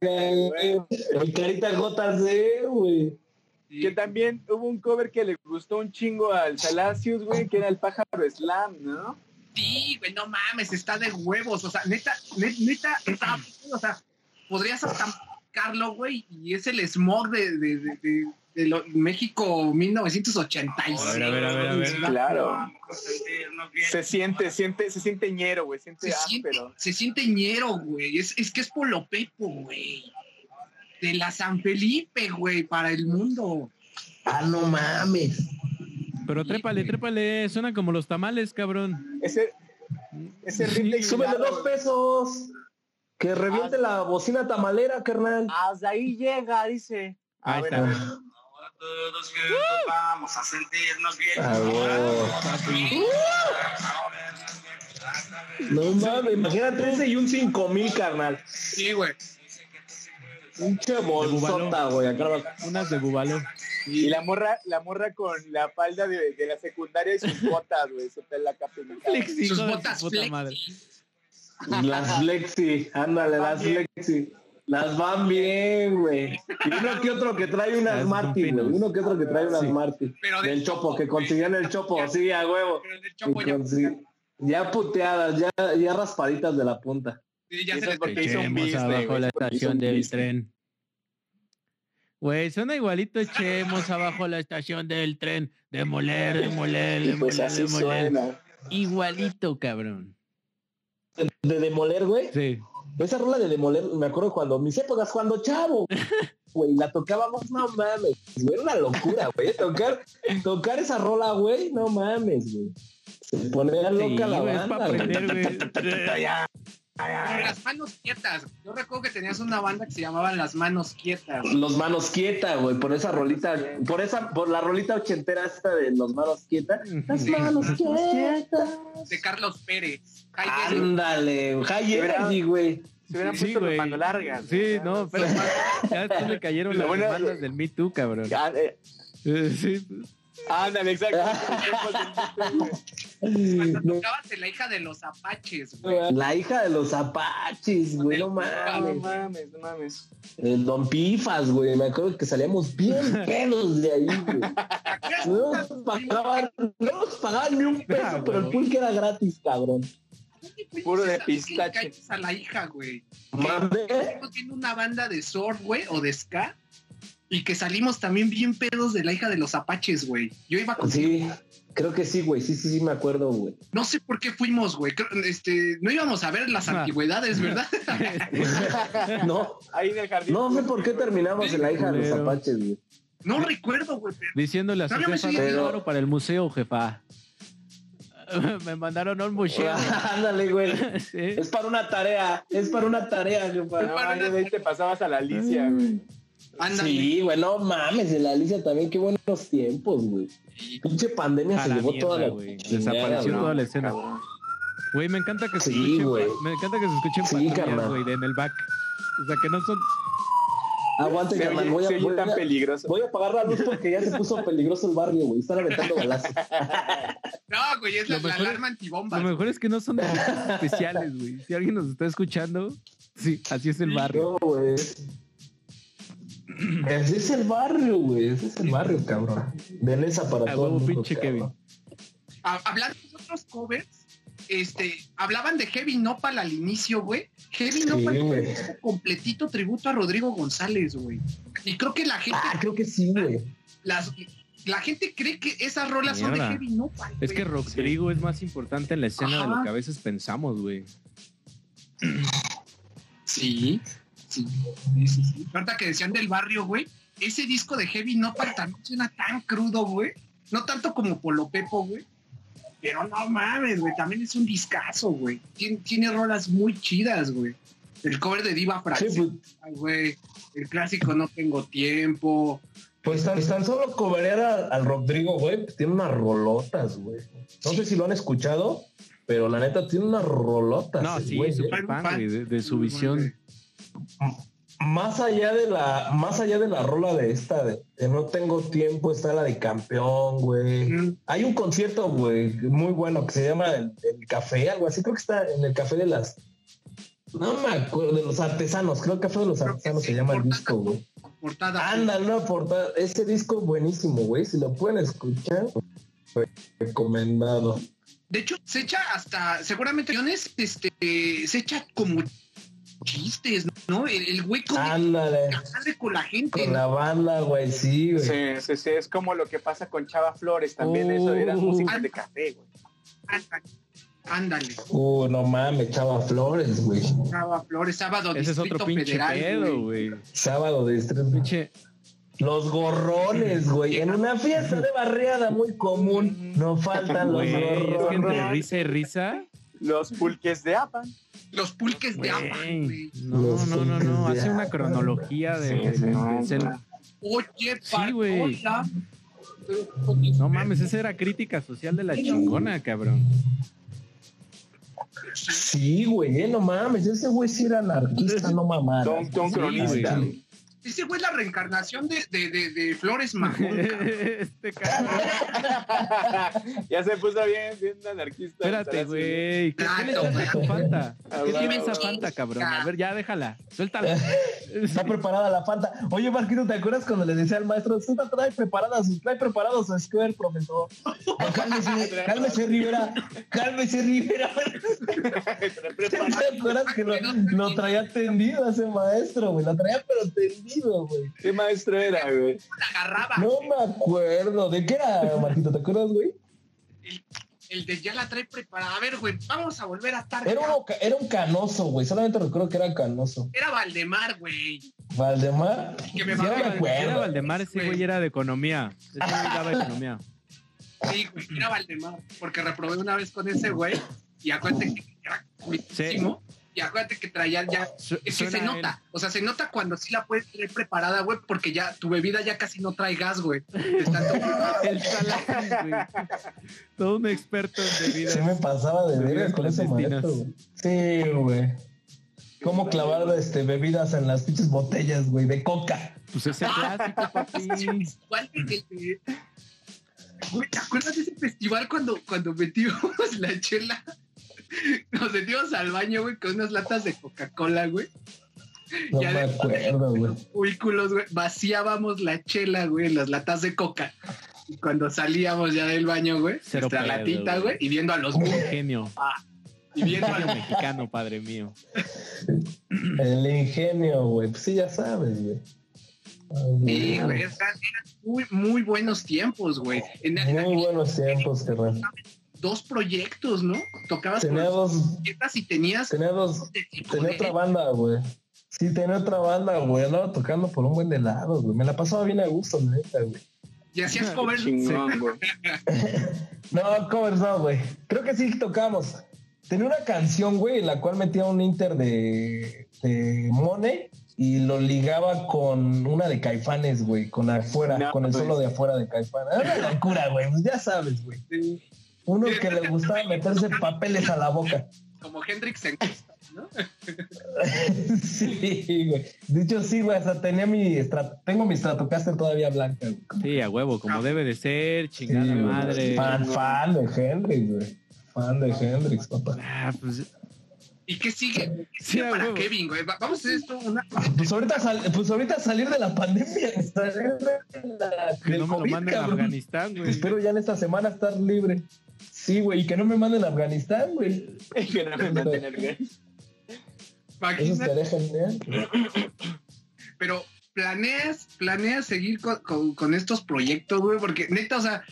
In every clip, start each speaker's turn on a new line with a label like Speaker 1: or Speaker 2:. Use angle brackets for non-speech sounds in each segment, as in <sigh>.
Speaker 1: El, el Carita JC, güey.
Speaker 2: Que también hubo un cover que le gustó un chingo al Salacius, güey, que era el pájaro slam, ¿no?
Speaker 3: Sí, güey, no mames, está de huevos. O sea, neta, net- neta, está, o sea, podrías hasta marcarlo, güey, y es el smog de, de, de, de- de lo- México 1986.
Speaker 4: A ver, a ver, a ver, a ver.
Speaker 2: Claro.
Speaker 5: Sentirnos bien.
Speaker 2: Se siente, siente, se siente ñero, güey, siente
Speaker 3: Se siente,
Speaker 2: áspero.
Speaker 3: se siente ñero, güey. Es, es que es Polopepo, güey. De la San Felipe, güey, para el mundo.
Speaker 1: Ah, no mames.
Speaker 4: Pero trépale, trépale. Suena como los tamales, cabrón.
Speaker 2: Ese, ese rifle
Speaker 1: Súbele dos pesos. Que reviente
Speaker 5: Ah.
Speaker 1: la bocina tamalera, carnal.
Speaker 2: Hasta ahí llega, dice. Ah,
Speaker 4: Ahí
Speaker 2: A ver,
Speaker 4: está.
Speaker 2: a ver.
Speaker 5: Ahora todos juntos vamos a sentirnos bien.
Speaker 1: Ah, huevo. No mames, imagínate ese y un 5000, carnal.
Speaker 3: Sí, güey.
Speaker 1: Un bolsota, güey. acá va-
Speaker 4: Unas de bubalo.
Speaker 2: Y la morra, la morra con la falda de, de la secundaria y sus botas, güey, se pela acá peinada.
Speaker 4: Flexi,
Speaker 3: Sus
Speaker 4: hijo de su
Speaker 3: botas
Speaker 4: puta
Speaker 3: flexi.
Speaker 4: madre.
Speaker 1: Las Lexi, ándale, las Lexi. Las van bien, güey. Y uno que otro que trae unas
Speaker 4: Las
Speaker 1: Martin, güey.
Speaker 4: Lupinas.
Speaker 1: Uno que otro que trae unas
Speaker 4: Sí.
Speaker 1: Martin.
Speaker 3: Pero del
Speaker 1: Del Chopo,
Speaker 3: Chopo,
Speaker 1: que
Speaker 3: güey.
Speaker 1: consiguieron
Speaker 3: <laughs>
Speaker 1: el Chopo, sí, a huevo.
Speaker 3: Pero el Chopo ya,
Speaker 1: Que consi- Ya puteadas, ya, ya raspaditas de la punta.
Speaker 3: sí, ya
Speaker 2: Eso
Speaker 3: se
Speaker 2: es
Speaker 3: les
Speaker 2: porque hizo un
Speaker 4: Echemos
Speaker 2: business,
Speaker 4: abajo
Speaker 2: güey,
Speaker 4: la
Speaker 2: porque hizo
Speaker 4: estación
Speaker 2: un
Speaker 4: del
Speaker 2: business.
Speaker 4: tren. Güey, suena igualito. Echemos abajo la estación del tren. Demoler, demoler,
Speaker 2: Y
Speaker 4: demoler,
Speaker 2: pues así
Speaker 4: demoler.
Speaker 2: suena.
Speaker 4: Igualito, cabrón.
Speaker 1: De demoler, güey.
Speaker 4: Sí.
Speaker 1: Esa rola de demoler, me acuerdo cuando mis épocas, cuando
Speaker 4: <laughs>
Speaker 1: chavo, güey, la tocábamos, no mames, güey, era una locura, güey, tocar, tocar esa rola, güey, no mames, güey. Se ponía loca
Speaker 4: Sí,
Speaker 1: la
Speaker 4: güey, es
Speaker 1: banda,
Speaker 4: para
Speaker 1: güey.
Speaker 4: aprender, güey.
Speaker 3: Pero las manos quietas. Yo recuerdo que tenías una banda que se llamaba Las Manos Quietas.
Speaker 1: Los manos quieta, güey, por esa rolita, por esa, por la rolita ochentera esta de los manos quieta. Las
Speaker 3: Sí.
Speaker 1: manos quietas.
Speaker 3: De Carlos Pérez. Ay,
Speaker 2: Ah,
Speaker 3: que-
Speaker 1: Ándale, high
Speaker 2: ¿De verdad?
Speaker 1: energy, güey.
Speaker 2: Se hubieran
Speaker 4: Sí,
Speaker 2: puesto
Speaker 4: güey.
Speaker 2: los mano largas.
Speaker 4: Sí, no, <laughs> pero ya después le cayeron
Speaker 2: Lo
Speaker 4: las
Speaker 2: bueno-
Speaker 4: demandas del Me Too, cabrón.
Speaker 2: Ah, eh,
Speaker 4: Eh, Sí,
Speaker 2: Ándale, exacto.
Speaker 3: Cuando
Speaker 1: No,
Speaker 3: tocabas de la hija de los apaches, güey.
Speaker 1: La hija de los apaches, güey, no mames.
Speaker 2: No mames, no mames.
Speaker 1: El Don Pifas, güey. Me acuerdo que salíamos
Speaker 2: <laughs>
Speaker 1: bien pedos de ahí, güey. No nos pagaban, no nos pagaban ni un
Speaker 2: Ah,
Speaker 1: peso, pero el pulque era gratis, cabrón.
Speaker 2: Puro de
Speaker 3: ¿Sabes qué le
Speaker 2: pistache.
Speaker 3: calles a la hija, güey.
Speaker 1: Madre,
Speaker 3: Nosotros Tiene una banda de sword, güey, o de ska. Y que salimos también bien pedos de la hija de los apaches, güey. Yo iba con...
Speaker 1: Sí, creo que sí, güey. Sí, sí, sí, me acuerdo, güey.
Speaker 3: No sé por qué fuimos, güey. Creo- Este, no íbamos a ver las
Speaker 4: Ah.
Speaker 3: antigüedades, ¿verdad? <laughs>
Speaker 1: No,
Speaker 2: Ahí en el jardín.
Speaker 1: no sé por qué terminamos en la hija de los apaches, güey.
Speaker 3: no recuerdo, güey. pero-
Speaker 4: diciéndole a su
Speaker 3: Trágame
Speaker 4: jefa,
Speaker 3: ese
Speaker 4: "Te
Speaker 1: dinero".
Speaker 4: llevaron para el museo, jefa. <laughs> Me mandaron a un museo.
Speaker 1: <laughs> Ándale, güey.
Speaker 4: <laughs> Sí.
Speaker 1: Es para una tarea, es para una tarea, güey.
Speaker 2: No, ahí de ahí te pasabas a la Alicia, güey.
Speaker 3: Ándale.
Speaker 1: Sí, güey, no mames, el Alicia también, qué buenos tiempos, güey. Pinche pandemia
Speaker 4: A
Speaker 1: se
Speaker 4: la
Speaker 1: llevó
Speaker 4: mierda,
Speaker 1: toda la
Speaker 4: güey.
Speaker 1: chingada,
Speaker 4: Desapareció
Speaker 1: güey.
Speaker 4: toda la escena. Güey, me encanta que se
Speaker 1: Sí,
Speaker 4: escuchen,
Speaker 1: güey.
Speaker 4: me encanta que se escuchen
Speaker 1: Sí,
Speaker 4: patrullas,
Speaker 1: carnal.
Speaker 4: güey, de en el back. O sea, que no son
Speaker 1: Aguante,
Speaker 2: Se
Speaker 1: carnal, voy
Speaker 2: oye,
Speaker 1: a,
Speaker 2: se oye
Speaker 1: voy,
Speaker 2: tan
Speaker 1: a,
Speaker 2: peligroso.
Speaker 1: voy a apagar la luz porque ya se puso peligroso el barrio, güey. Están aventando
Speaker 4: <laughs>
Speaker 1: balazos.
Speaker 3: No, güey, es la,
Speaker 4: Lo
Speaker 3: la
Speaker 4: mejor-
Speaker 3: alarma antibomba.
Speaker 4: Lo mejor es que
Speaker 1: <laughs>
Speaker 4: no son efectos especiales, güey. Si alguien nos está escuchando, sí, así es el barrio.
Speaker 1: No, güey. Ese es el barrio, güey. Ese es el barrio, cabrón. Den esa para
Speaker 4: A
Speaker 1: todo el
Speaker 4: huevo,
Speaker 1: mundo,
Speaker 4: pinche
Speaker 1: cabrón.
Speaker 3: Ha- Hablando de otros covers, este, hablaban de Heavy Nopal al inicio, güey. Heavy Nopal
Speaker 1: Sí, güey.
Speaker 3: es un completito tributo a Rodrigo González, güey. Y creo que la gente,
Speaker 1: Ah, creo que sí, güey.
Speaker 3: las, la gente cree que esas rolas son de
Speaker 4: Mierda.
Speaker 3: Heavy Nopal.
Speaker 4: Es
Speaker 3: güey.
Speaker 4: que Rodrigo es más importante en la escena de lo
Speaker 3: Ajá.
Speaker 4: que a veces pensamos, güey.
Speaker 3: Sí, sí, sí, sí, sí. Ahorita que decían del barrio, güey, ese disco de Heavy Nopal también suena tan crudo, güey. No tanto como Polo Pepo, güey. Pero no mames, güey, también es un discazo, güey. Tien- tiene rolas muy chidas, güey. El cover de Diva
Speaker 1: Sí,
Speaker 3: Francesa, güey. El clásico No Tengo Tiempo.
Speaker 1: Pues tan, tan solo coberear al, al Rodrigo, güey, pues tiene unas rolotas, güey. No sé si lo han escuchado, pero la neta tiene unas rolotas.
Speaker 4: No,
Speaker 1: el
Speaker 4: sí,
Speaker 1: güey,
Speaker 4: súper
Speaker 1: eh.
Speaker 4: fan, güey, de, de su visión.
Speaker 1: Más allá de la, más allá de la rola de esta, de, de no tengo tiempo, está la de campeón, güey.
Speaker 3: Mm,
Speaker 1: Hay un concierto, güey, muy bueno que se llama el, el Café, algo así. Creo que está en el Café de las No me acuerdo, de los artesanos, creo que fue de los
Speaker 3: Creo que
Speaker 1: artesanos,
Speaker 3: sí,
Speaker 1: se llama el
Speaker 3: portada.
Speaker 1: disco, güey.
Speaker 3: Portada.
Speaker 1: Anda, no, portada. Ese disco buenísimo, güey. Si lo pueden escuchar, re- recomendado.
Speaker 3: De hecho, se echa hasta, seguramente, guiones, este, se echa como chistes, ¿no? El, el güey como
Speaker 1: Ándale.
Speaker 3: sale con la gente.
Speaker 1: Con la banda, güey, sí, güey.
Speaker 2: Sí, sí, sí, es como lo que pasa con Chava Flores también, eso era
Speaker 1: Oh.
Speaker 4: Uh.
Speaker 2: música de café, güey.
Speaker 3: Ándale. Ándale.
Speaker 1: Uh, no mames, Chava Flores, güey.
Speaker 3: Chava Flores, sábado,
Speaker 4: Ese es otro
Speaker 3: Distrito
Speaker 4: pinche
Speaker 3: Federal,
Speaker 4: pedo,
Speaker 3: güey.
Speaker 4: güey.
Speaker 1: Sábado de estreno.
Speaker 4: Pinche.
Speaker 1: Los gorrones, güey. En una fiesta de barriada muy común, no faltan los
Speaker 4: Güey, es que
Speaker 1: gorrones.
Speaker 4: entre risa y risa.
Speaker 2: Los pulques de APA.
Speaker 3: Los pulques de
Speaker 4: güey,
Speaker 3: APA, güey.
Speaker 4: No, no, no, no. Hace una cronología de.
Speaker 2: Sí, sí,
Speaker 4: de-
Speaker 2: no,
Speaker 4: de-
Speaker 2: no.
Speaker 3: Oye,
Speaker 4: Sí,
Speaker 3: par-
Speaker 4: güey.
Speaker 3: hola.
Speaker 4: no mames, esa era crítica social de la
Speaker 3: <laughs>
Speaker 4: chingona, cabrón. <laughs>
Speaker 1: Sí, güey, eh, no mames. Ese güey sí era anarquista, no mamar.
Speaker 2: Don, don
Speaker 4: Sí,
Speaker 2: cronista.
Speaker 4: güey.
Speaker 3: Ese güey es la reencarnación de, de, de, de Flores
Speaker 4: <laughs>
Speaker 3: Magón. cabrón.
Speaker 4: este cabrón.
Speaker 2: ya se puso bien, bien anarquista.
Speaker 4: Espérate,
Speaker 2: Salas,
Speaker 4: güey. ¿Qué, qué le
Speaker 3: Claro,
Speaker 4: echas a tu
Speaker 1: güey.
Speaker 4: Fanta?
Speaker 2: Ah,
Speaker 4: ¿Qué le
Speaker 2: bueno.
Speaker 4: echas a Fanta, cabrón? A ver, ya déjala.
Speaker 3: <laughs>
Speaker 4: Suéltala.
Speaker 1: Está preparada la Fanta. Oye, Marquito, ¿te acuerdas cuando le decía al maestro, usted no trae preparada su, trae preparado su square,
Speaker 3: <laughs>
Speaker 1: profesor? No, cálmese, cálmese, Rivera. Cálmese, Rivera. <laughs> ¿Te acuerdas que lo, lo traía tendido a ese maestro, güey? Lo traía pero tendido, güey.
Speaker 2: ¿Qué maestro era, güey?
Speaker 3: La agarraba.
Speaker 1: No me acuerdo. ¿De qué era, Marquito? ¿Te acuerdas, güey?
Speaker 3: El de ya la trae preparada. A ver, güey, vamos a volver a tarde.
Speaker 1: Era, uno ca- era un canoso, güey. Solamente recuerdo que era canoso.
Speaker 3: Era Valdemar, güey.
Speaker 1: Valdemar.
Speaker 3: Que me
Speaker 1: sí,
Speaker 3: va
Speaker 1: no me
Speaker 3: a-
Speaker 4: Era
Speaker 1: acuerdo.
Speaker 4: Valdemar, ese güey era de economía. Ese güey
Speaker 3: Ah.
Speaker 4: daba economía.
Speaker 3: Sí, güey, era Valdemar. Porque reprobé una vez con ese güey. Y acuérdate que era buenísimo. Y acuérdate que traía ya.
Speaker 4: Su-
Speaker 3: Es que
Speaker 4: suena
Speaker 3: se
Speaker 4: él.
Speaker 3: nota. O sea, se nota cuando sí la puedes traer preparada, güey. Porque ya tu bebida ya casi no trae gas, güey. De
Speaker 4: <laughs>
Speaker 3: tanto-
Speaker 4: El Salazar, güey. Todo un experto en
Speaker 1: Se me
Speaker 4: bebidas.
Speaker 1: pasaba de
Speaker 4: Bebidas
Speaker 1: verga con ese
Speaker 4: clandestinas.
Speaker 1: maestro, güey. Sí, güey. ¿Cómo clavar este, bebidas en las pinches botellas, güey? De coca.
Speaker 3: <laughs>
Speaker 4: Pues ese clásico, papi.
Speaker 3: Igual que el de- Güey, ¿te acuerdas de ese festival cuando, cuando metimos la chela? Nos metimos al baño, güey, con unas latas de Coca-Cola, güey.
Speaker 1: No
Speaker 3: Ya
Speaker 1: me
Speaker 3: de-
Speaker 1: acuerdo, güey.
Speaker 3: Los cubículos, güey. Vaciábamos la chela, güey, en las latas de Coca. Y cuando salíamos ya del baño, güey,
Speaker 4: Cero
Speaker 3: nuestra
Speaker 4: pedo,
Speaker 3: latita,
Speaker 4: güey.
Speaker 3: güey, y viendo a los
Speaker 4: Un
Speaker 3: mu-
Speaker 4: genio.
Speaker 3: y viendo a
Speaker 4: Un
Speaker 3: los-
Speaker 4: <laughs> genio mexicano, padre mío.
Speaker 1: El ingenio, güey. Pues sí, ya sabes, güey.
Speaker 3: Sí,
Speaker 1: Ay,
Speaker 3: güey,
Speaker 1: güey.
Speaker 3: o sea, eran muy, muy buenos tiempos, güey. En, en
Speaker 1: Muy
Speaker 3: aquellos
Speaker 1: buenos tiempos, carnal.
Speaker 3: dos proyectos, ¿no? Tocabas con
Speaker 1: Tenía dos,
Speaker 3: las y tenías
Speaker 1: tenía dos,
Speaker 3: de tipo
Speaker 1: tenía
Speaker 3: de-
Speaker 1: otra banda, güey. Sí, tenía otra banda, güey. Andaba tocando por un buen de lados, güey. Me la pasaba bien a gusto, neta, güey.
Speaker 3: y
Speaker 4: Ah,
Speaker 3: hacías covers
Speaker 2: Chingón, güey. <laughs>
Speaker 1: No, covers no, güey. Creo que sí tocamos. Tenía una canción, güey, en la cual metía un inter de, de Mone y lo ligaba con una de Caifanes, güey, con afuera,
Speaker 2: No,
Speaker 1: con el
Speaker 2: güey.
Speaker 1: solo de afuera de Caifanes. Era una locura, güey, pues ya sabes, güey. Uno que le gustaba meterse papeles a la boca. <laughs>
Speaker 3: como Hendrix en ¿no?
Speaker 1: sí, güey. Dicho sí, güey, hasta tenía mi, Strat- tengo mi Stratocaster todavía blanca, güey.
Speaker 4: Sí, a huevo,
Speaker 3: Ah.
Speaker 4: como debe de ser,
Speaker 1: Sí,
Speaker 4: chingada
Speaker 1: güey.
Speaker 4: madre.
Speaker 1: Fan, fan de Hendrix, güey. Fan de Hendrix, papá.
Speaker 4: Ah, pues,
Speaker 3: ¿Y qué sigue? ¿Qué
Speaker 4: Sí,
Speaker 3: sigue
Speaker 4: a
Speaker 3: para
Speaker 4: huevo.
Speaker 3: Kevin, güey? Va- Vamos a hacer esto una...
Speaker 1: Pues ahorita, sal- pues ahorita salir de la pandemia. salir de la-
Speaker 4: que
Speaker 1: del
Speaker 4: no me lo
Speaker 1: COVID,
Speaker 4: manden a
Speaker 1: cabrón.
Speaker 4: Afganistán, güey.
Speaker 1: Espero ya en esta semana estar libre. Sí, güey, y que no me manden a Afganistán, güey.
Speaker 2: Que no me maten al güey.
Speaker 1: Eso
Speaker 3: Imagínate,
Speaker 1: estaría genial.
Speaker 3: pero planeas, planeas seguir con, con- con estos proyectos, güey, porque neta, o sea,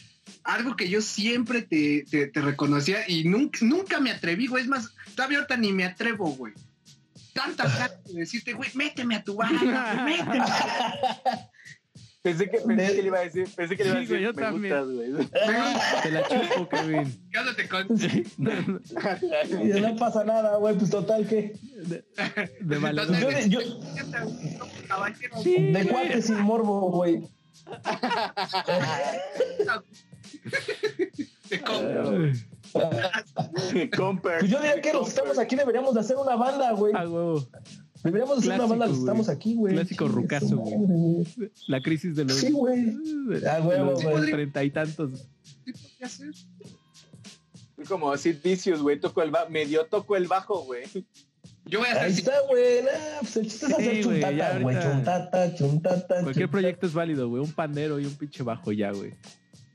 Speaker 3: algo que yo siempre te, te- te reconocía y nunca, nunca me atreví, güey, es más, todavía ahorita ni me atrevo, güey. Tantas ganas de decirte, güey, méteme a tu
Speaker 4: <laughs>
Speaker 3: banda, güey, méteme.
Speaker 1: <laughs>
Speaker 2: Pensé que, pensé que le iba a decir, pensé que le iba a
Speaker 4: Sí, güey,
Speaker 2: decir,
Speaker 4: yo
Speaker 2: me
Speaker 4: también.
Speaker 2: gustas, güey.
Speaker 4: Te la chupo, Kevin.
Speaker 3: Cásate con...
Speaker 1: Y no pasa nada, güey, pues total que. pues
Speaker 4: De valedor.
Speaker 1: Yo, de- yo,
Speaker 3: Caballero,
Speaker 4: Sí,
Speaker 1: de
Speaker 4: güey.
Speaker 1: cuate sin morbo, güey.
Speaker 3: te compro.
Speaker 2: <laughs> Comper.
Speaker 1: Pues yo diría que los que estamos aquí deberíamos de hacer una banda, güey.
Speaker 4: A huevo.
Speaker 1: Deberíamos de hacer una
Speaker 4: Clásico,
Speaker 1: banda los que
Speaker 4: güey.
Speaker 1: estamos aquí, güey.
Speaker 4: Clásico
Speaker 1: Chingue
Speaker 4: rucazo,
Speaker 1: su
Speaker 4: güey.
Speaker 1: madre, güey.
Speaker 4: La crisis de los.
Speaker 1: Sí, güey.
Speaker 4: de
Speaker 1: A huevo,
Speaker 4: los
Speaker 1: güey.
Speaker 4: Treinta y tantos.
Speaker 3: ¿Qué podría hacer?
Speaker 2: Como Sid Vicious, güey. Toco el ba- medio toco el bajo, güey.
Speaker 3: Yo voy a
Speaker 1: Ahí
Speaker 3: hacer
Speaker 1: está, güey. nah, pues el chiste es
Speaker 4: Sí,
Speaker 1: hacer
Speaker 4: güey, ya
Speaker 1: chuntata,
Speaker 4: ahorita-
Speaker 1: güey. Chuntata, chuntata.
Speaker 4: Cualquier
Speaker 1: chuntata.
Speaker 4: proyecto es válido, güey. Un pandero y un pinche bajo ya, güey.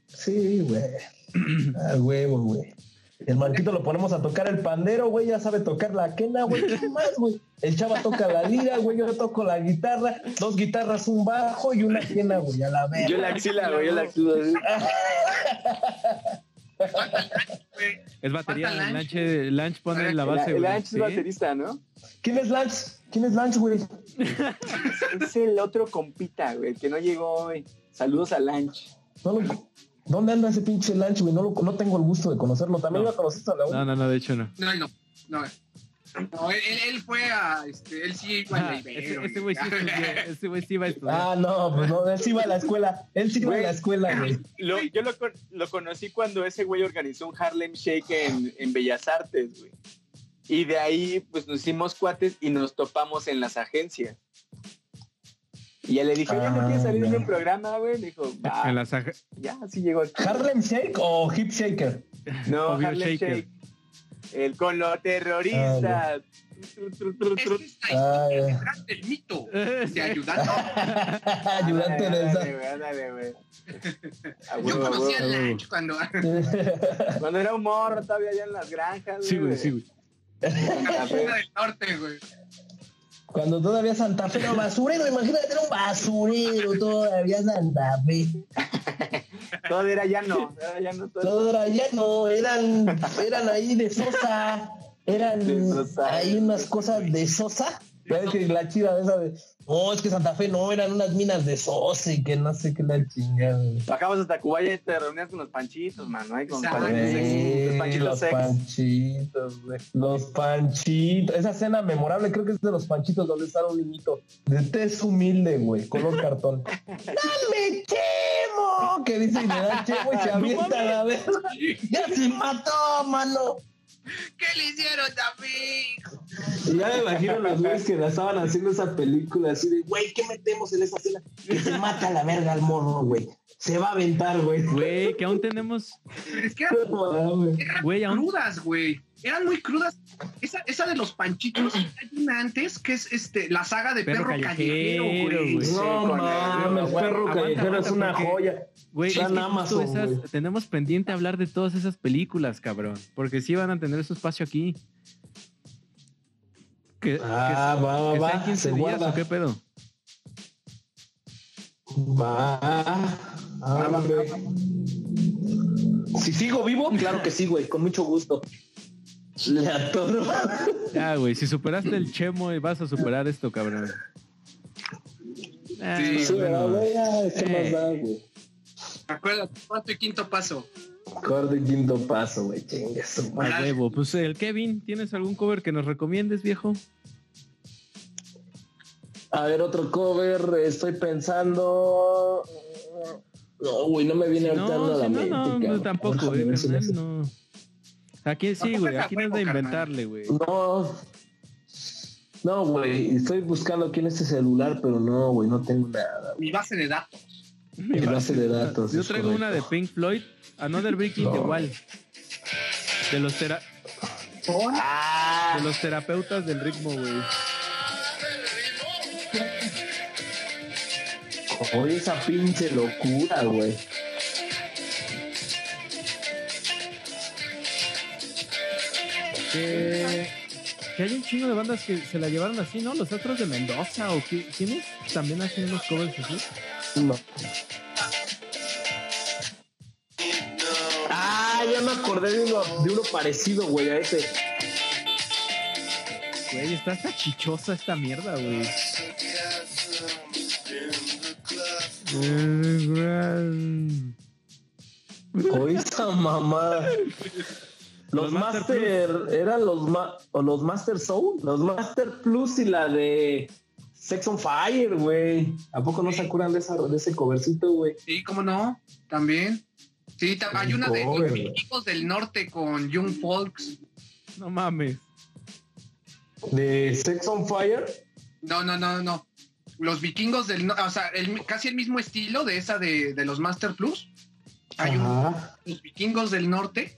Speaker 1: Sí, güey. Ah, huevo, güey. El manquito lo ponemos a tocar el pandero, güey. Ya sabe tocar la quena, güey. ¿Qué más, güey? El chava toca la lira, güey. Yo toco la guitarra. Dos guitarras, un bajo y una quena, güey. A la verga.
Speaker 2: Yo la axila, güey, yo la axila. así.
Speaker 3: güey.
Speaker 4: Es batería.
Speaker 3: Falta
Speaker 4: El
Speaker 3: Lanch.
Speaker 4: Lanch, Lanch pone la
Speaker 2: El-
Speaker 4: base,
Speaker 2: El
Speaker 4: güey.
Speaker 2: Anch
Speaker 4: ¿sí?
Speaker 2: es baterista, ¿no?
Speaker 1: ¿Quién es Lance? ¿Quién es Lance, güey?
Speaker 2: Es el otro compita, güey, que no llegó hoy. Saludos al Anch.
Speaker 1: No lo- ¿Dónde anda ese pinche Lance, güey? No, lo- no tengo el gusto de conocerlo. También
Speaker 4: No.
Speaker 1: lo conociste a la U.
Speaker 4: No, no, no, de hecho no.
Speaker 3: No, él no. No, no, él, él- él fue a. Este, él sí iba a la
Speaker 4: Ah,
Speaker 3: Ibero,
Speaker 4: ese- ese güey sí
Speaker 3: güey.
Speaker 4: estudió, ese güey sí iba a estudiar.
Speaker 1: Ah, no, pues no. Él sí iba a la escuela. Él sí iba a la
Speaker 2: Güey.
Speaker 1: escuela, güey.
Speaker 2: Lo- yo lo, con- lo conocí cuando ese güey organizó un Harlem Shake en, en Bellas Artes, güey. Y de ahí, pues nos hicimos cuates y nos topamos en las agencias. Y ya le dije, oye, ¿no quieres salir en un programa, güey? Me dijo, va,
Speaker 1: Ah.
Speaker 4: En
Speaker 1: <laughs>
Speaker 4: las aj-
Speaker 2: ya, sí llegó aquí.
Speaker 1: ¿Harlem Shake o Hip Shaker? <laughs>
Speaker 2: No,
Speaker 4: Obvio,
Speaker 2: Harlem
Speaker 4: Shaker.
Speaker 2: Shake. El con los terroristas. Tru, tru, tru,
Speaker 3: Es
Speaker 2: tru.
Speaker 3: que está ahí
Speaker 1: Ah, ya.
Speaker 3: detrás del mito. De ayudando.
Speaker 1: Ayudante
Speaker 2: Ándale,
Speaker 1: de
Speaker 2: ándale, güey, ándale, güey. A
Speaker 3: Yo
Speaker 2: huevo, a
Speaker 3: conocí a
Speaker 2: huevo.
Speaker 3: Lanch cuando. <laughs>
Speaker 1: esa.
Speaker 2: Cuando era un morro, todavía allá en las granjas.
Speaker 4: Sí, güey, sí, güey.
Speaker 3: La
Speaker 1: pues.
Speaker 2: A ver.
Speaker 3: zona del norte, güey.
Speaker 1: Cuando todavía Santa Fe era basurero, imagínate, era un basurero todavía Santa Fe.
Speaker 2: Todo era ya no, era ya no todo.
Speaker 1: Todo era llano, eran, eran ahí de Sosa, eran
Speaker 2: De Sosa.
Speaker 1: ahí unas cosas de Sosa. Ya ves que la chida esa de, no, es que Santa Fe no, eran unas minas de Sosa y que no sé qué la chingada.
Speaker 2: Bajabamos hasta Cubaya y te reunías con los panchitos, mano. ahí con los
Speaker 3: Exacto.
Speaker 2: panchitos
Speaker 1: Güey, Los
Speaker 2: sex. Los panchitos sex.
Speaker 1: panchitos, güey. Los panchitos. Esa escena memorable creo que es de los panchitos donde está un niñito de tez humilde, güey,
Speaker 4: <laughs>
Speaker 1: color cartón. ¡Dame chemo! Que dice y le da chemo y se
Speaker 2: No
Speaker 1: avienta a la vez. ¡Ya se mató, mano!
Speaker 3: ¿Qué le hicieron, David?
Speaker 1: Y ya me imagino los güeyes que la estaban haciendo esa película así de, güey, ¿qué metemos en esa escena? Que se mata a la verga al morro, güey. Se va a aventar, güey.
Speaker 4: Güey, que aún tenemos.
Speaker 3: Es que eran,
Speaker 1: No mames.
Speaker 3: eran
Speaker 4: Güey, aún-
Speaker 3: crudas, güey. Eran muy crudas. Esa, esa de los panchitos, hay una antes que es este, la saga de
Speaker 4: Perro
Speaker 3: Perro, Callejero,
Speaker 4: Callejero,
Speaker 3: güey.
Speaker 4: güey.
Speaker 2: Sí,
Speaker 1: No
Speaker 2: con el-
Speaker 1: mames,
Speaker 2: aguanta,
Speaker 1: perro
Speaker 4: aguanta,
Speaker 1: callejero es
Speaker 4: aguanta,
Speaker 1: una
Speaker 4: porque-
Speaker 1: joya.
Speaker 4: Güey,
Speaker 1: Está
Speaker 4: es
Speaker 1: en
Speaker 4: que justo
Speaker 1: Amazon,
Speaker 4: esas-
Speaker 1: güey.
Speaker 4: tenemos pendiente hablar de todas esas películas, cabrón. Porque sí van a tener su espacio aquí. Que,
Speaker 1: Ah, va,
Speaker 4: que,
Speaker 1: va,
Speaker 4: que sea
Speaker 1: va.
Speaker 4: en 15
Speaker 1: Se
Speaker 4: días, ¿o
Speaker 1: guarda.
Speaker 4: qué pedo?
Speaker 1: Va. Ah, hombre. Si sigo vivo, claro que sí, güey, con mucho gusto. Le atoro.
Speaker 4: Ya, güey, si superaste el chemo, eh, vas a superar esto, cabrón. Ah,
Speaker 3: Sí,
Speaker 1: Sí,
Speaker 4: bueno.
Speaker 1: güey, ay, ¿qué
Speaker 4: Eh.
Speaker 1: más da, güey?
Speaker 3: Acuérdate, cuarto y quinto paso.
Speaker 1: Cuarto y quinto paso, güey, chingue su madre.
Speaker 4: A huevo. Pues el Kevin, ¿tienes algún cover que nos recomiendes, viejo?
Speaker 1: A ver, otro cover, estoy pensando. No, güey, no me viene
Speaker 4: Si
Speaker 1: ahorita
Speaker 4: no,
Speaker 1: nada a la
Speaker 4: si no,
Speaker 1: mente,
Speaker 4: no,
Speaker 1: cabrón.
Speaker 4: no, tampoco,
Speaker 1: Déjame
Speaker 4: eh,
Speaker 1: ver si me
Speaker 4: carnal,
Speaker 1: hace-
Speaker 4: no. Aquí sí,
Speaker 3: Tampoco
Speaker 4: güey,
Speaker 3: es a
Speaker 4: aquí no es
Speaker 3: huevo,
Speaker 4: de
Speaker 3: carnal.
Speaker 4: inventarle, güey.
Speaker 1: No. No, güey, estoy buscando aquí en este celular, pero no, güey, no tengo nada.
Speaker 3: Mi base de datos.
Speaker 1: Mi base de datos.
Speaker 4: Yo
Speaker 1: es
Speaker 4: traigo una de
Speaker 1: correcto.
Speaker 4: Pink Floyd, Another Brick in the Wall. De los, tera- de los terapeutas del ritmo, güey.
Speaker 1: Oye, esa pinche locura, güey.
Speaker 4: Que, que hay un chingo de bandas que se la llevaron así, ¿no? Los otros de Mendoza o qui- quiénes también hacen unos covers así.
Speaker 1: No. Ah, ya me acordé de uno, de uno parecido, güey, a ese.
Speaker 4: Güey, está hasta chichosa esta mierda, güey.
Speaker 1: Eh, Oye, esa mamada. Los,
Speaker 4: Los Master
Speaker 1: Master, eran los ma- o los Master Soul, los Master Plus y la de Sex on Fire, güey. ¿A poco no se acuerdan de, esa, de ese covercito, güey?
Speaker 3: Sí, cómo no, también. Sí, ta- hay una de
Speaker 1: Pobre,
Speaker 3: los
Speaker 1: güey.
Speaker 3: chicos del norte con Young Folks.
Speaker 4: No mames.
Speaker 1: De Sex on Fire.
Speaker 3: No, no, no, no. Los vikingos del norte, o sea, el- casi el mismo estilo de esa de, de los Master Plus. Hay un-
Speaker 1: Ajá.
Speaker 3: los vikingos del norte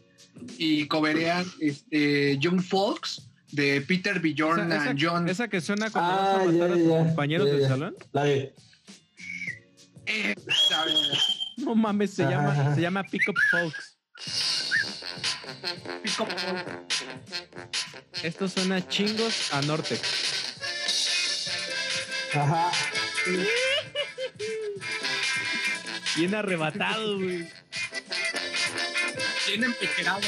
Speaker 3: y coberean este, Young Folks de Peter Bjorn
Speaker 4: Esa,
Speaker 3: and John.
Speaker 4: esa, esa que suena cuando
Speaker 1: Ah,
Speaker 4: vas a matar
Speaker 1: ya,
Speaker 4: a tus
Speaker 1: ya.
Speaker 4: compañeros
Speaker 1: Ya,
Speaker 4: del
Speaker 1: ya.
Speaker 4: salón.
Speaker 1: La de.
Speaker 3: Esa, güey.
Speaker 4: No mames, se
Speaker 1: Ajá,
Speaker 4: llama,
Speaker 1: ajá.
Speaker 4: se llama Pick Up Folks.
Speaker 3: Pico-
Speaker 4: Esto suena a chingos a Nortex.
Speaker 1: Ajá.
Speaker 4: Bien arrebatado, güey.
Speaker 3: Bien empejerado.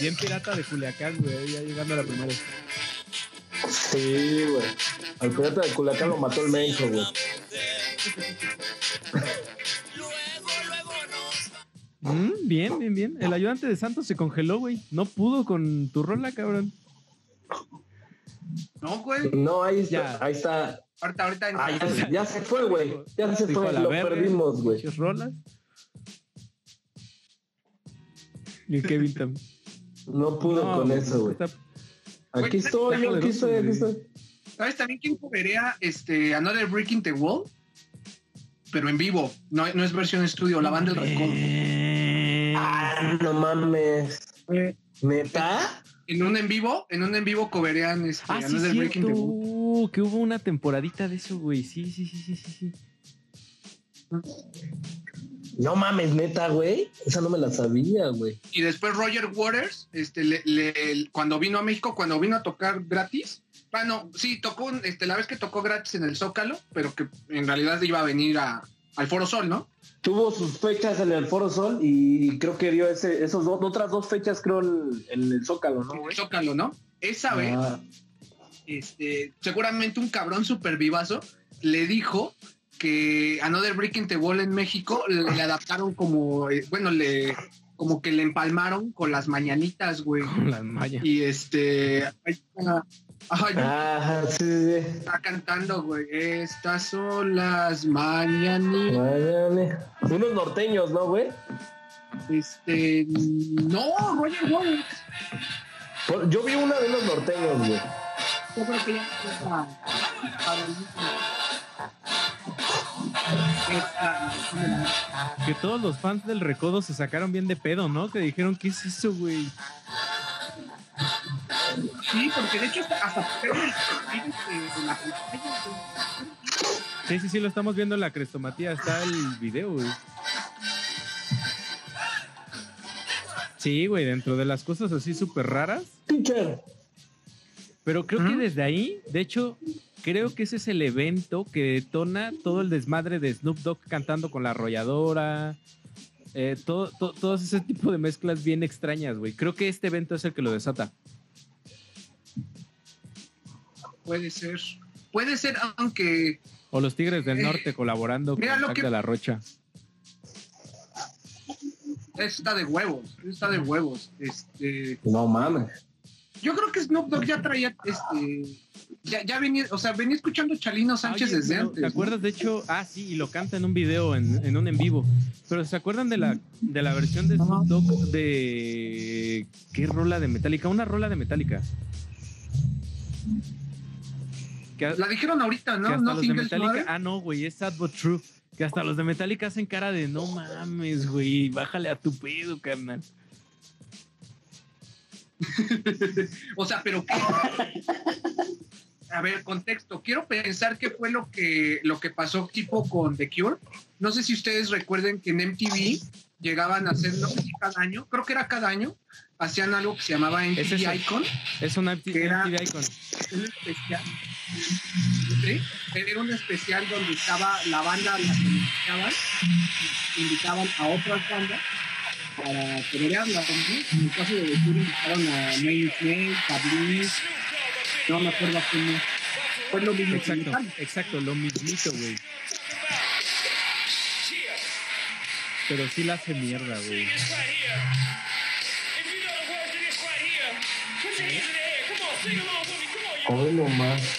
Speaker 4: Bien pirata de Culiacán, güey. Ya llegando a la primera.
Speaker 1: Sí, güey. Al pirata de Culiacán lo mató el México, güey.
Speaker 4: Mm, bien, bien, bien. El ayudante de Santos se congeló, güey. No pudo con tu rola, cabrón.
Speaker 3: No, güey.
Speaker 1: No, ahí está.
Speaker 4: Ya.
Speaker 1: Ahí está.
Speaker 3: Ahorita, ahorita.
Speaker 1: Ah, ya, ya se fue, güey. Ya se
Speaker 4: Dijo
Speaker 1: fue.
Speaker 4: la
Speaker 1: Lo
Speaker 4: verga,
Speaker 1: perdimos, güey.
Speaker 4: pinches rolas. Y el Kevin también.
Speaker 1: <laughs> No pudo
Speaker 4: No,
Speaker 1: con
Speaker 4: güey,
Speaker 1: eso, güey.
Speaker 4: está-
Speaker 1: Aquí
Speaker 3: Güey,
Speaker 1: estoy, yo, aquí estoy, aquí estoy.
Speaker 3: ¿Sabes también quién covería este, Another Breaking the Wall? Pero en vivo. No, no es versión estudio, la banda del Rincón.
Speaker 1: Ah, no mames. ¿Neta?
Speaker 3: En un en vivo, en un en vivo coverían este,
Speaker 4: Ah, sí,
Speaker 3: Another Breaking
Speaker 4: cierto.
Speaker 3: the Wall.
Speaker 4: Que hubo una temporadita de eso, güey. Sí, sí, sí, sí, sí,
Speaker 3: <clears throat>
Speaker 4: sí.
Speaker 1: No mames, neta, güey. Esa no me la sabía, güey.
Speaker 3: Y después Roger Waters, este, le- le- cuando vino a México, cuando vino a tocar gratis. Bueno, sí, tocó un- este, la vez que tocó gratis en el Zócalo, pero que en realidad iba a venir a, al Foro Sol, ¿no?
Speaker 1: Tuvo sus fechas en el Foro Sol y creo que dio ese, esos dos, otras dos fechas, creo, en en el Zócalo, ¿no,
Speaker 3: En el
Speaker 1: Ah, güey?
Speaker 3: Zócalo, ¿no? Esa vez
Speaker 1: Ah,
Speaker 3: este, seguramente un cabrón super vivazo le dijo que Another Breaking the Wall en México le, le adaptaron como, eh, bueno, le como que le empalmaron con las mañanitas, güey.
Speaker 4: Con las mallas.
Speaker 3: Y este, ahí está, ay,
Speaker 1: Ah. Ajá, sí, sí, sí.
Speaker 3: está cantando, güey. Estas son las mañanitas.
Speaker 1: Órale. Unos norteños, ¿no, güey?
Speaker 3: Este, no, Roger Waters.
Speaker 1: Por- Yo vi una de unos norteños, güey.
Speaker 3: Yo creo que ya empieza para el mismo. Esta-
Speaker 4: Que todos los fans del recodo se sacaron bien de pedo, ¿no? Que dijeron, ¿qué es eso, güey?
Speaker 3: Sí, porque de hecho hasta, hasta pusieron el perfil, este, en la pantalla, güey.
Speaker 4: Sí, sí, sí, lo estamos viendo en la crestomatía. Está el video, güey. Sí, güey, dentro de las cosas así súper raras.
Speaker 1: Teacher.
Speaker 4: Pero creo que
Speaker 3: Ujú.
Speaker 4: desde ahí, de hecho, creo que ese es el evento que detona todo el desmadre de Snoop Dogg cantando con la arrolladora. eh, todo, to- todos ese tipo de mezclas bien extrañas, güey. Creo que este evento es el que lo desata.
Speaker 3: Puede ser. Puede ser, aunque
Speaker 4: O los Tigres del
Speaker 3: Eh,
Speaker 4: Norte colaborando
Speaker 3: mira
Speaker 4: con
Speaker 3: lo
Speaker 4: Jack
Speaker 3: que-
Speaker 4: de la Rocha.
Speaker 3: está de huevos. Está de huevos. Este,
Speaker 1: No mames.
Speaker 3: yo creo que Snoop Dogg ya traía, este, ya, ya venía, o sea, venía escuchando Chalino Sánchez
Speaker 4: Oye,
Speaker 3: desde
Speaker 4: pero,
Speaker 3: antes.
Speaker 4: ¿Te acuerdas? De hecho, ah, sí, y lo canta en un video, en, en un en vivo. Pero ¿se acuerdan de la, de la versión de Snoop Dogg de. ¿Qué rola de Metallica? Una rola de Metallica. Que,
Speaker 3: La dijeron ahorita,
Speaker 4: que
Speaker 3: ¿no?
Speaker 4: hasta
Speaker 3: No
Speaker 4: los de
Speaker 3: Singles
Speaker 4: Metallica.
Speaker 3: Mother.
Speaker 4: Ah, no, güey, es Sad But True. Que hasta los de Metallica hacen cara de no mames, güey, bájale a tu pedo, carnal.
Speaker 3: O sea, pero qué. A ver, contexto. Quiero pensar qué fue lo que, lo que pasó tipo con The Cure. No sé si ustedes recuerden que en MTV llegaban a hacer, no sé si cada año, creo que era cada año, hacían algo que se llamaba MTV
Speaker 4: Es eso.
Speaker 3: Icon.
Speaker 4: Es un anti-
Speaker 3: Era-
Speaker 4: MTV Icon.
Speaker 3: un especial. ¿sí? Era un especial donde estaba la banda a la que invitaban, invitaban a otras bandas para celebrarla. ¿no? En el caso de Decir, invitaron a Main Snake, a Blink, no me acuerdo a quién más. Fue lo mismo que
Speaker 4: Exacto,
Speaker 3: invitaron.
Speaker 4: exacto, lo mismito, güey. Pero sí la hace mierda, güey.
Speaker 1: Hoy no mames.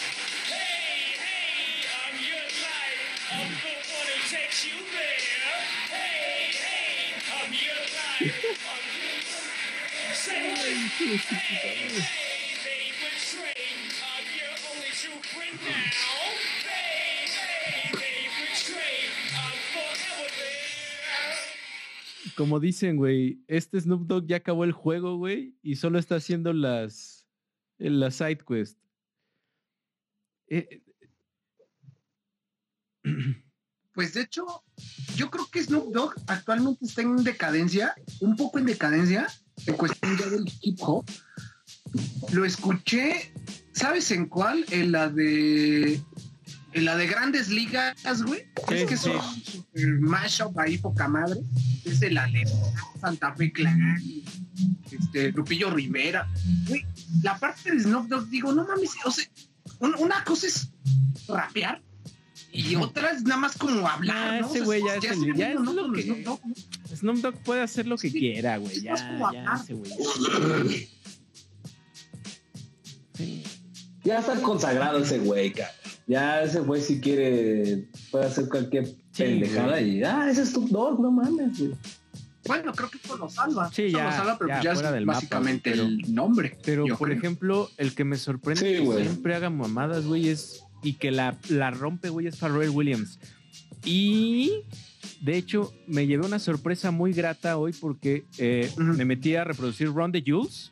Speaker 4: como dicen, güey, este Snoop Dogg ya acabó el juego, güey, y solo está haciendo las, las side quest. Eh,
Speaker 3: Pues de hecho, yo creo que Snoop Dogg actualmente está en decadencia, un poco en decadencia, en cuestión ya del hip hop. Lo escuché, ¿sabes en cuál? En la de. En la de grandes ligas, güey.
Speaker 4: Sí,
Speaker 3: es que
Speaker 4: sí.
Speaker 3: son super mashup ahí, poca madre. Es el Alemán, Santa Fe Clan, este, Lupillo Rivera. Güey, la parte de Snoop Dogg, digo, no mames, o sea, un- una cosa es rapear y otra es nada más como hablar.
Speaker 4: Ah,
Speaker 3: ¿no?
Speaker 4: ese
Speaker 3: O sea,
Speaker 4: güey ya es el-
Speaker 3: se
Speaker 4: ya es
Speaker 3: monótono
Speaker 4: lo que-
Speaker 3: Snoop Dogg, ¿no?
Speaker 4: Snoop Dogg puede hacer lo que
Speaker 3: Sí,
Speaker 4: quiera, güey.
Speaker 3: es
Speaker 4: Ya,
Speaker 3: más como
Speaker 4: ya,
Speaker 3: hablar.
Speaker 4: ese güey. Sí.
Speaker 1: Ya está consagrado ese güey, cabrón. Ya ese güey si quiere puede hacer cualquier pendejada y ah, ese es tu dog, no mames, güey.
Speaker 3: Bueno, creo que esto lo salva.
Speaker 4: Sí,
Speaker 3: Esto
Speaker 4: ya,
Speaker 3: lo salva, pero
Speaker 4: ya,
Speaker 3: ya,
Speaker 4: fuera
Speaker 3: es
Speaker 4: del mapa,
Speaker 3: básicamente
Speaker 4: pero-
Speaker 3: el nombre.
Speaker 4: Pero,
Speaker 3: yo
Speaker 4: por
Speaker 3: creo.
Speaker 4: ejemplo, el que me sorprende
Speaker 1: Sí,
Speaker 4: que
Speaker 1: güey.
Speaker 4: siempre haga mamadas, güey, es. Y que la, la rompe, güey, es Pharrell Williams. Y. De hecho, me llevé una sorpresa muy grata hoy porque eh,
Speaker 3: Ujú.
Speaker 4: me metí a reproducir Run the Jules.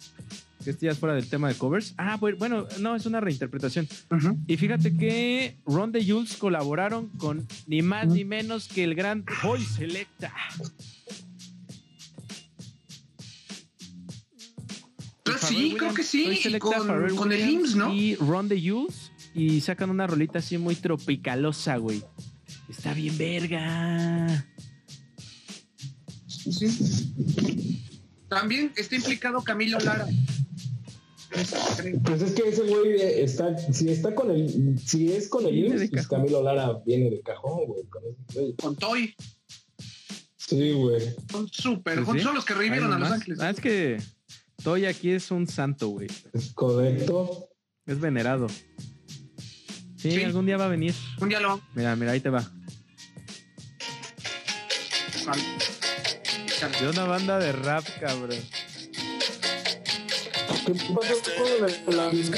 Speaker 4: Que este ya es fuera del tema de covers. Ah, bu- bueno, no, es una reinterpretación.
Speaker 3: Ujú.
Speaker 4: Y fíjate que Ron de Jules colaboraron con ni más ni menos que el gran Hoy Selecta.
Speaker 3: Pero Ah,
Speaker 4: Pharrell
Speaker 3: sí, creo
Speaker 4: Williams,
Speaker 3: que sí.
Speaker 4: Roy
Speaker 3: y
Speaker 4: Selecta,
Speaker 3: Con,
Speaker 4: Pharrell
Speaker 3: con el
Speaker 4: Williams
Speaker 3: IMSS, ¿no?
Speaker 4: Y Ron de Jules y sacan una rolita así muy tropicalosa, güey. Está bien verga.
Speaker 3: Sí. También está implicado Camilo Lara. Eso creo.
Speaker 1: Pues es que ese güey eh, está, si está con el, si es con el
Speaker 4: Viene
Speaker 1: IMSS,
Speaker 4: de
Speaker 1: pues
Speaker 4: cajón.
Speaker 1: Camilo Lara viene de cajón, güey. con ese güey.
Speaker 3: Con Toy.
Speaker 1: Sí, güey.
Speaker 3: Son súper.
Speaker 4: Pues
Speaker 3: hot,
Speaker 4: sí.
Speaker 3: Son los que
Speaker 4: Ahí
Speaker 3: revivieron a Los
Speaker 4: nomás.
Speaker 3: Ángeles.
Speaker 4: Ah, es que Toy aquí es un santo, güey.
Speaker 1: Es correcto.
Speaker 4: Es venerado. Sí,
Speaker 3: Sí.
Speaker 4: algún día va a venir.
Speaker 3: Un día lo
Speaker 4: Mira, mira, ahí te va. De una banda de rap, cabrón.
Speaker 1: ¿Qué pasó con la, la de-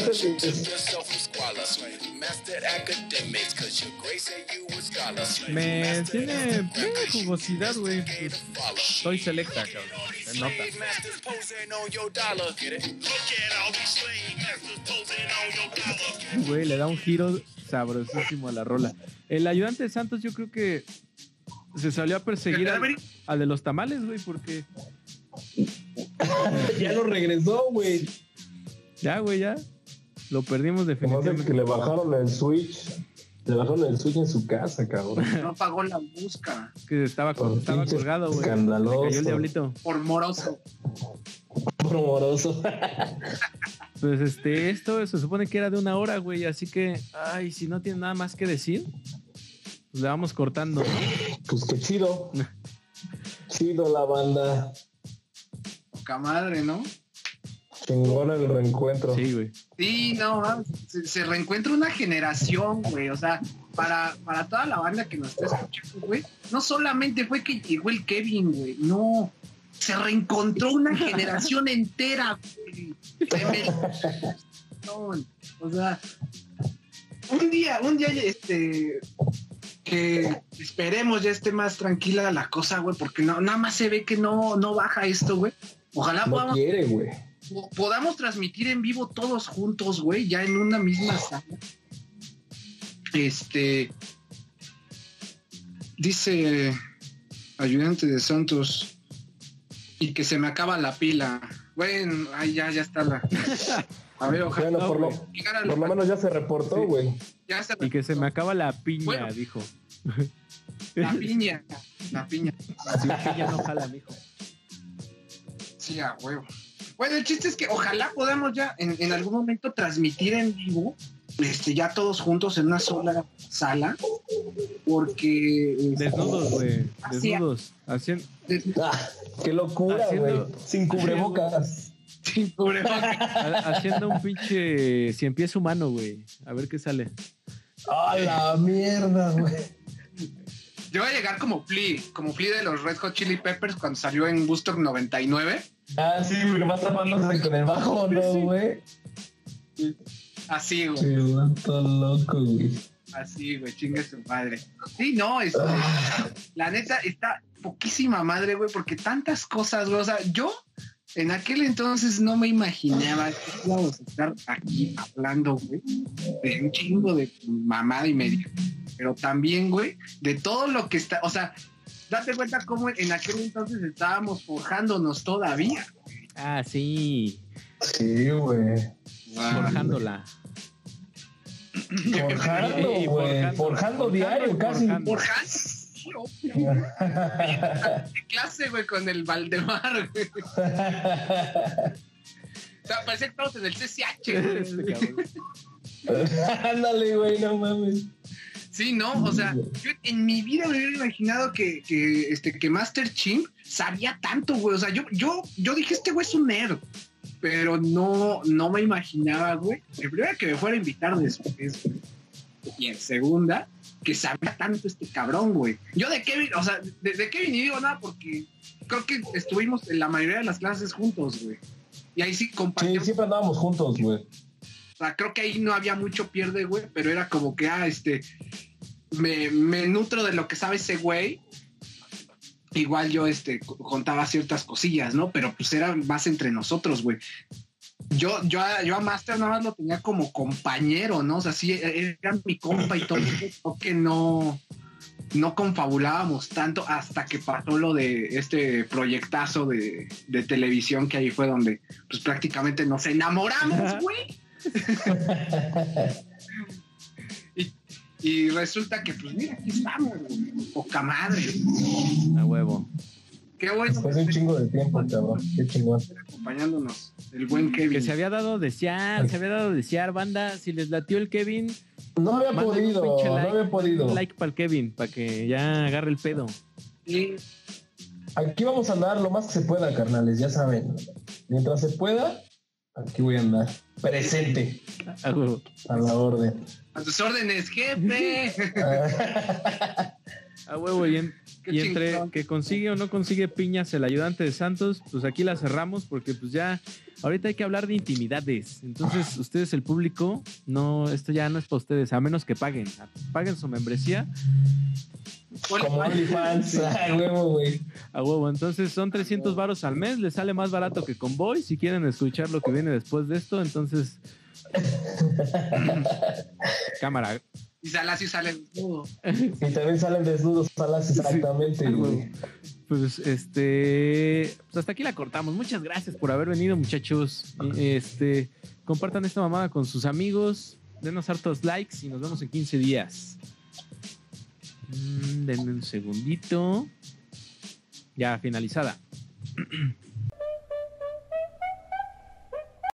Speaker 4: Me tiene eh, jugosidad, güey. Pues, Soy selecta, cabrón. Se nota. Güey, le da un giro sabrosísimo a la rola. El ayudante de Santos, yo creo que se salió a perseguir al, al de los tamales, güey, porque
Speaker 1: Ya lo regresó, güey.
Speaker 4: ya, güey, ya lo perdimos
Speaker 1: Como hace que
Speaker 4: definitivamente.
Speaker 1: le bajaron el switch. Le bajaron el switch en su casa,
Speaker 4: <laughs>
Speaker 1: cabrón.
Speaker 3: No pagó la busca.
Speaker 4: Que estaba,
Speaker 1: Por
Speaker 4: estaba
Speaker 1: pinche
Speaker 4: colgado, güey. Se le
Speaker 1: Escandaloso.
Speaker 4: Cayó el diablito.
Speaker 3: Por moroso.
Speaker 1: Rumoroso.
Speaker 4: Pues este, esto se supone que era de una hora, güey. Así que, ay, si no tiene nada más que decir, pues le vamos cortando.
Speaker 1: Pues qué chido. Chido la banda.
Speaker 3: Poca madre, ¿no?
Speaker 1: Chingón el reencuentro.
Speaker 4: Sí, güey.
Speaker 3: Sí, no, mames, se, se reencuentra una generación, güey. O sea, para, para toda la banda que nos está escuchando, güey, no solamente fue que llegó el Kevin, güey, no. Se reencontró una generación entera, güey. Se me- O sea, un día, un día, este, que esperemos ya esté más tranquila la cosa, güey, porque no, nada más se ve que no, no baja esto, güey. Ojalá
Speaker 1: No
Speaker 3: podamos
Speaker 1: quiere, güey.
Speaker 3: po- podamos transmitir en vivo todos juntos, güey, ya en una misma sala. Este. Dice ayudante de Santos y que se me acaba la pila. Bueno, ay, ya, ya está la. A ver, ojalá.
Speaker 1: Bueno,
Speaker 4: no,
Speaker 1: por lo,
Speaker 4: güey.
Speaker 3: llegara la-
Speaker 1: por lo menos ya se reportó,
Speaker 4: Sí.
Speaker 1: güey.
Speaker 3: ya está
Speaker 4: Y que se me acaba la piña,
Speaker 3: Bueno.
Speaker 4: dijo.
Speaker 3: la piña. La piña.
Speaker 4: Sin piña no jala, mijo.
Speaker 3: Sí, a huevo. Bueno, el chiste es que ojalá podamos ya en, en algún momento transmitir en vivo, este, ya todos juntos en una sola sala, porque eh,
Speaker 4: Desnudos, güey.
Speaker 3: Así es.
Speaker 4: Desnudos. Haciendo,
Speaker 1: Ah, qué locura, güey.
Speaker 4: Haciendo-
Speaker 1: Sin cubrebocas.
Speaker 3: sí, pobre vaca.
Speaker 4: ha- haciendo un pinche cien pies humano, güey. A ver qué sale.
Speaker 1: A la mierda, güey.
Speaker 3: yo voy a llegar como Flea, como Flea de los Red Hot Chili Peppers cuando salió en Woodstock 99,
Speaker 1: Ah, sí, porque va tapándose con el bajo, ¿no, güey?
Speaker 3: así, güey,
Speaker 1: Sí, vato loco, güey.
Speaker 3: Así, güey, chingue su madre. Sí, no, es, la neta está poquísima madre, güey, porque tantas cosas, güey. O sea, yo en aquel entonces no me imaginaba que íbamos a estar aquí hablando, güey, de un chingo de mamada y media. Pero también, güey, de todo lo que está, o sea, date cuenta cómo en aquel entonces estábamos forjándonos todavía.
Speaker 4: Ah, sí.
Speaker 1: Sí, güey. Ah,
Speaker 4: Forjándola.
Speaker 1: Forjando,
Speaker 4: Y- y
Speaker 1: güey.
Speaker 4: forjando.
Speaker 1: Forjando diario,
Speaker 4: Forjando,
Speaker 1: casi.
Speaker 4: forjando.
Speaker 3: Forjando. sí, obvio, güey. De clase, güey, con el Valdemar, güey. O sea, parecía que estábamos en el CCH,
Speaker 4: <laughs> Este
Speaker 3: güey.
Speaker 4: cabrón.
Speaker 1: <laughs> Ándale, güey, no mames.
Speaker 3: Sí, no, o sea, yo en mi vida me hubiera imaginado que, que, este, que Master Chimp sabía tanto, güey. O sea, yo, yo, yo dije, este güey es un nerd. Pero no, no me imaginaba, güey. En primera que me fuera a invitar después, güey. Y en segunda, que sabía tanto este cabrón, güey. Yo de Kevin, o sea, de, de Kevin ni digo nada porque creo que estuvimos en la mayoría de las clases juntos, güey. Y ahí sí
Speaker 1: Sí,
Speaker 3: compartimos
Speaker 1: siempre andábamos juntos, güey.
Speaker 3: o sea, creo que ahí no había mucho pierde, güey, pero era como que, ah, este, me, me nutro de lo que sabe ese güey. Igual yo, este, co- contaba ciertas cosillas, ¿no? Pero pues era más entre nosotros, güey. Yo, yo, a- yo a Master nada más lo tenía como compañero, ¿no? O sea, sí, e- era mi compa y todo, creo que no, no confabulábamos tanto hasta que pasó lo de este proyectazo de, de televisión que ahí fue donde, pues prácticamente nos enamoramos, güey. Y resulta que, pues mira, aquí estamos, güey. poca madre.
Speaker 4: A huevo.
Speaker 3: Qué bueno
Speaker 1: Después
Speaker 3: que
Speaker 4: Pues,
Speaker 1: de un
Speaker 3: esté
Speaker 1: chingo de tiempo, cabrón. Qué chingón.
Speaker 3: acompañándonos el buen Kevin.
Speaker 4: Que se había dado desear, se había dado desear, banda. Si les latió el Kevin,
Speaker 1: No había
Speaker 4: manden un
Speaker 1: podido,
Speaker 4: pinche
Speaker 1: no
Speaker 4: like,
Speaker 1: había podido.
Speaker 4: un like para el Kevin, para que ya agarre el pedo.
Speaker 3: Sí,
Speaker 1: Aquí vamos a andar lo más que se pueda, carnales, ya saben. Mientras se pueda, aquí voy a andar. Presente,
Speaker 4: A huevo.
Speaker 1: a la
Speaker 4: <laughs>
Speaker 1: orden.
Speaker 3: a sus órdenes, jefe.
Speaker 4: A huevo, y, en-
Speaker 3: Qué
Speaker 4: y entre
Speaker 3: chingón.
Speaker 4: que consigue o no consigue piñas el ayudante de Santos, pues aquí la cerramos porque pues ya ahorita hay que hablar de intimidades. Entonces, ustedes, el público, no, esto ya no es para ustedes, a menos que paguen. Paguen su membresía.
Speaker 1: Como
Speaker 3: Hola,
Speaker 1: OnlyFans, a huevo, güey.
Speaker 4: A huevo, entonces son 300 varos al mes, les sale más barato que con Boy. Si quieren escuchar lo que viene después de esto, entonces... <laughs> Cámara.
Speaker 3: y Salacio sale desnudo.
Speaker 1: Y también salen desnudos, salas, exactamente,
Speaker 4: a
Speaker 1: güey.
Speaker 4: huevo. Pues este, pues hasta aquí la cortamos. Muchas gracias por haber venido, muchachos. Este, compartan esta mamada con sus amigos, denos hartos likes y nos vemos en 15 días. Mm, denme un segundito. Ya finalizada.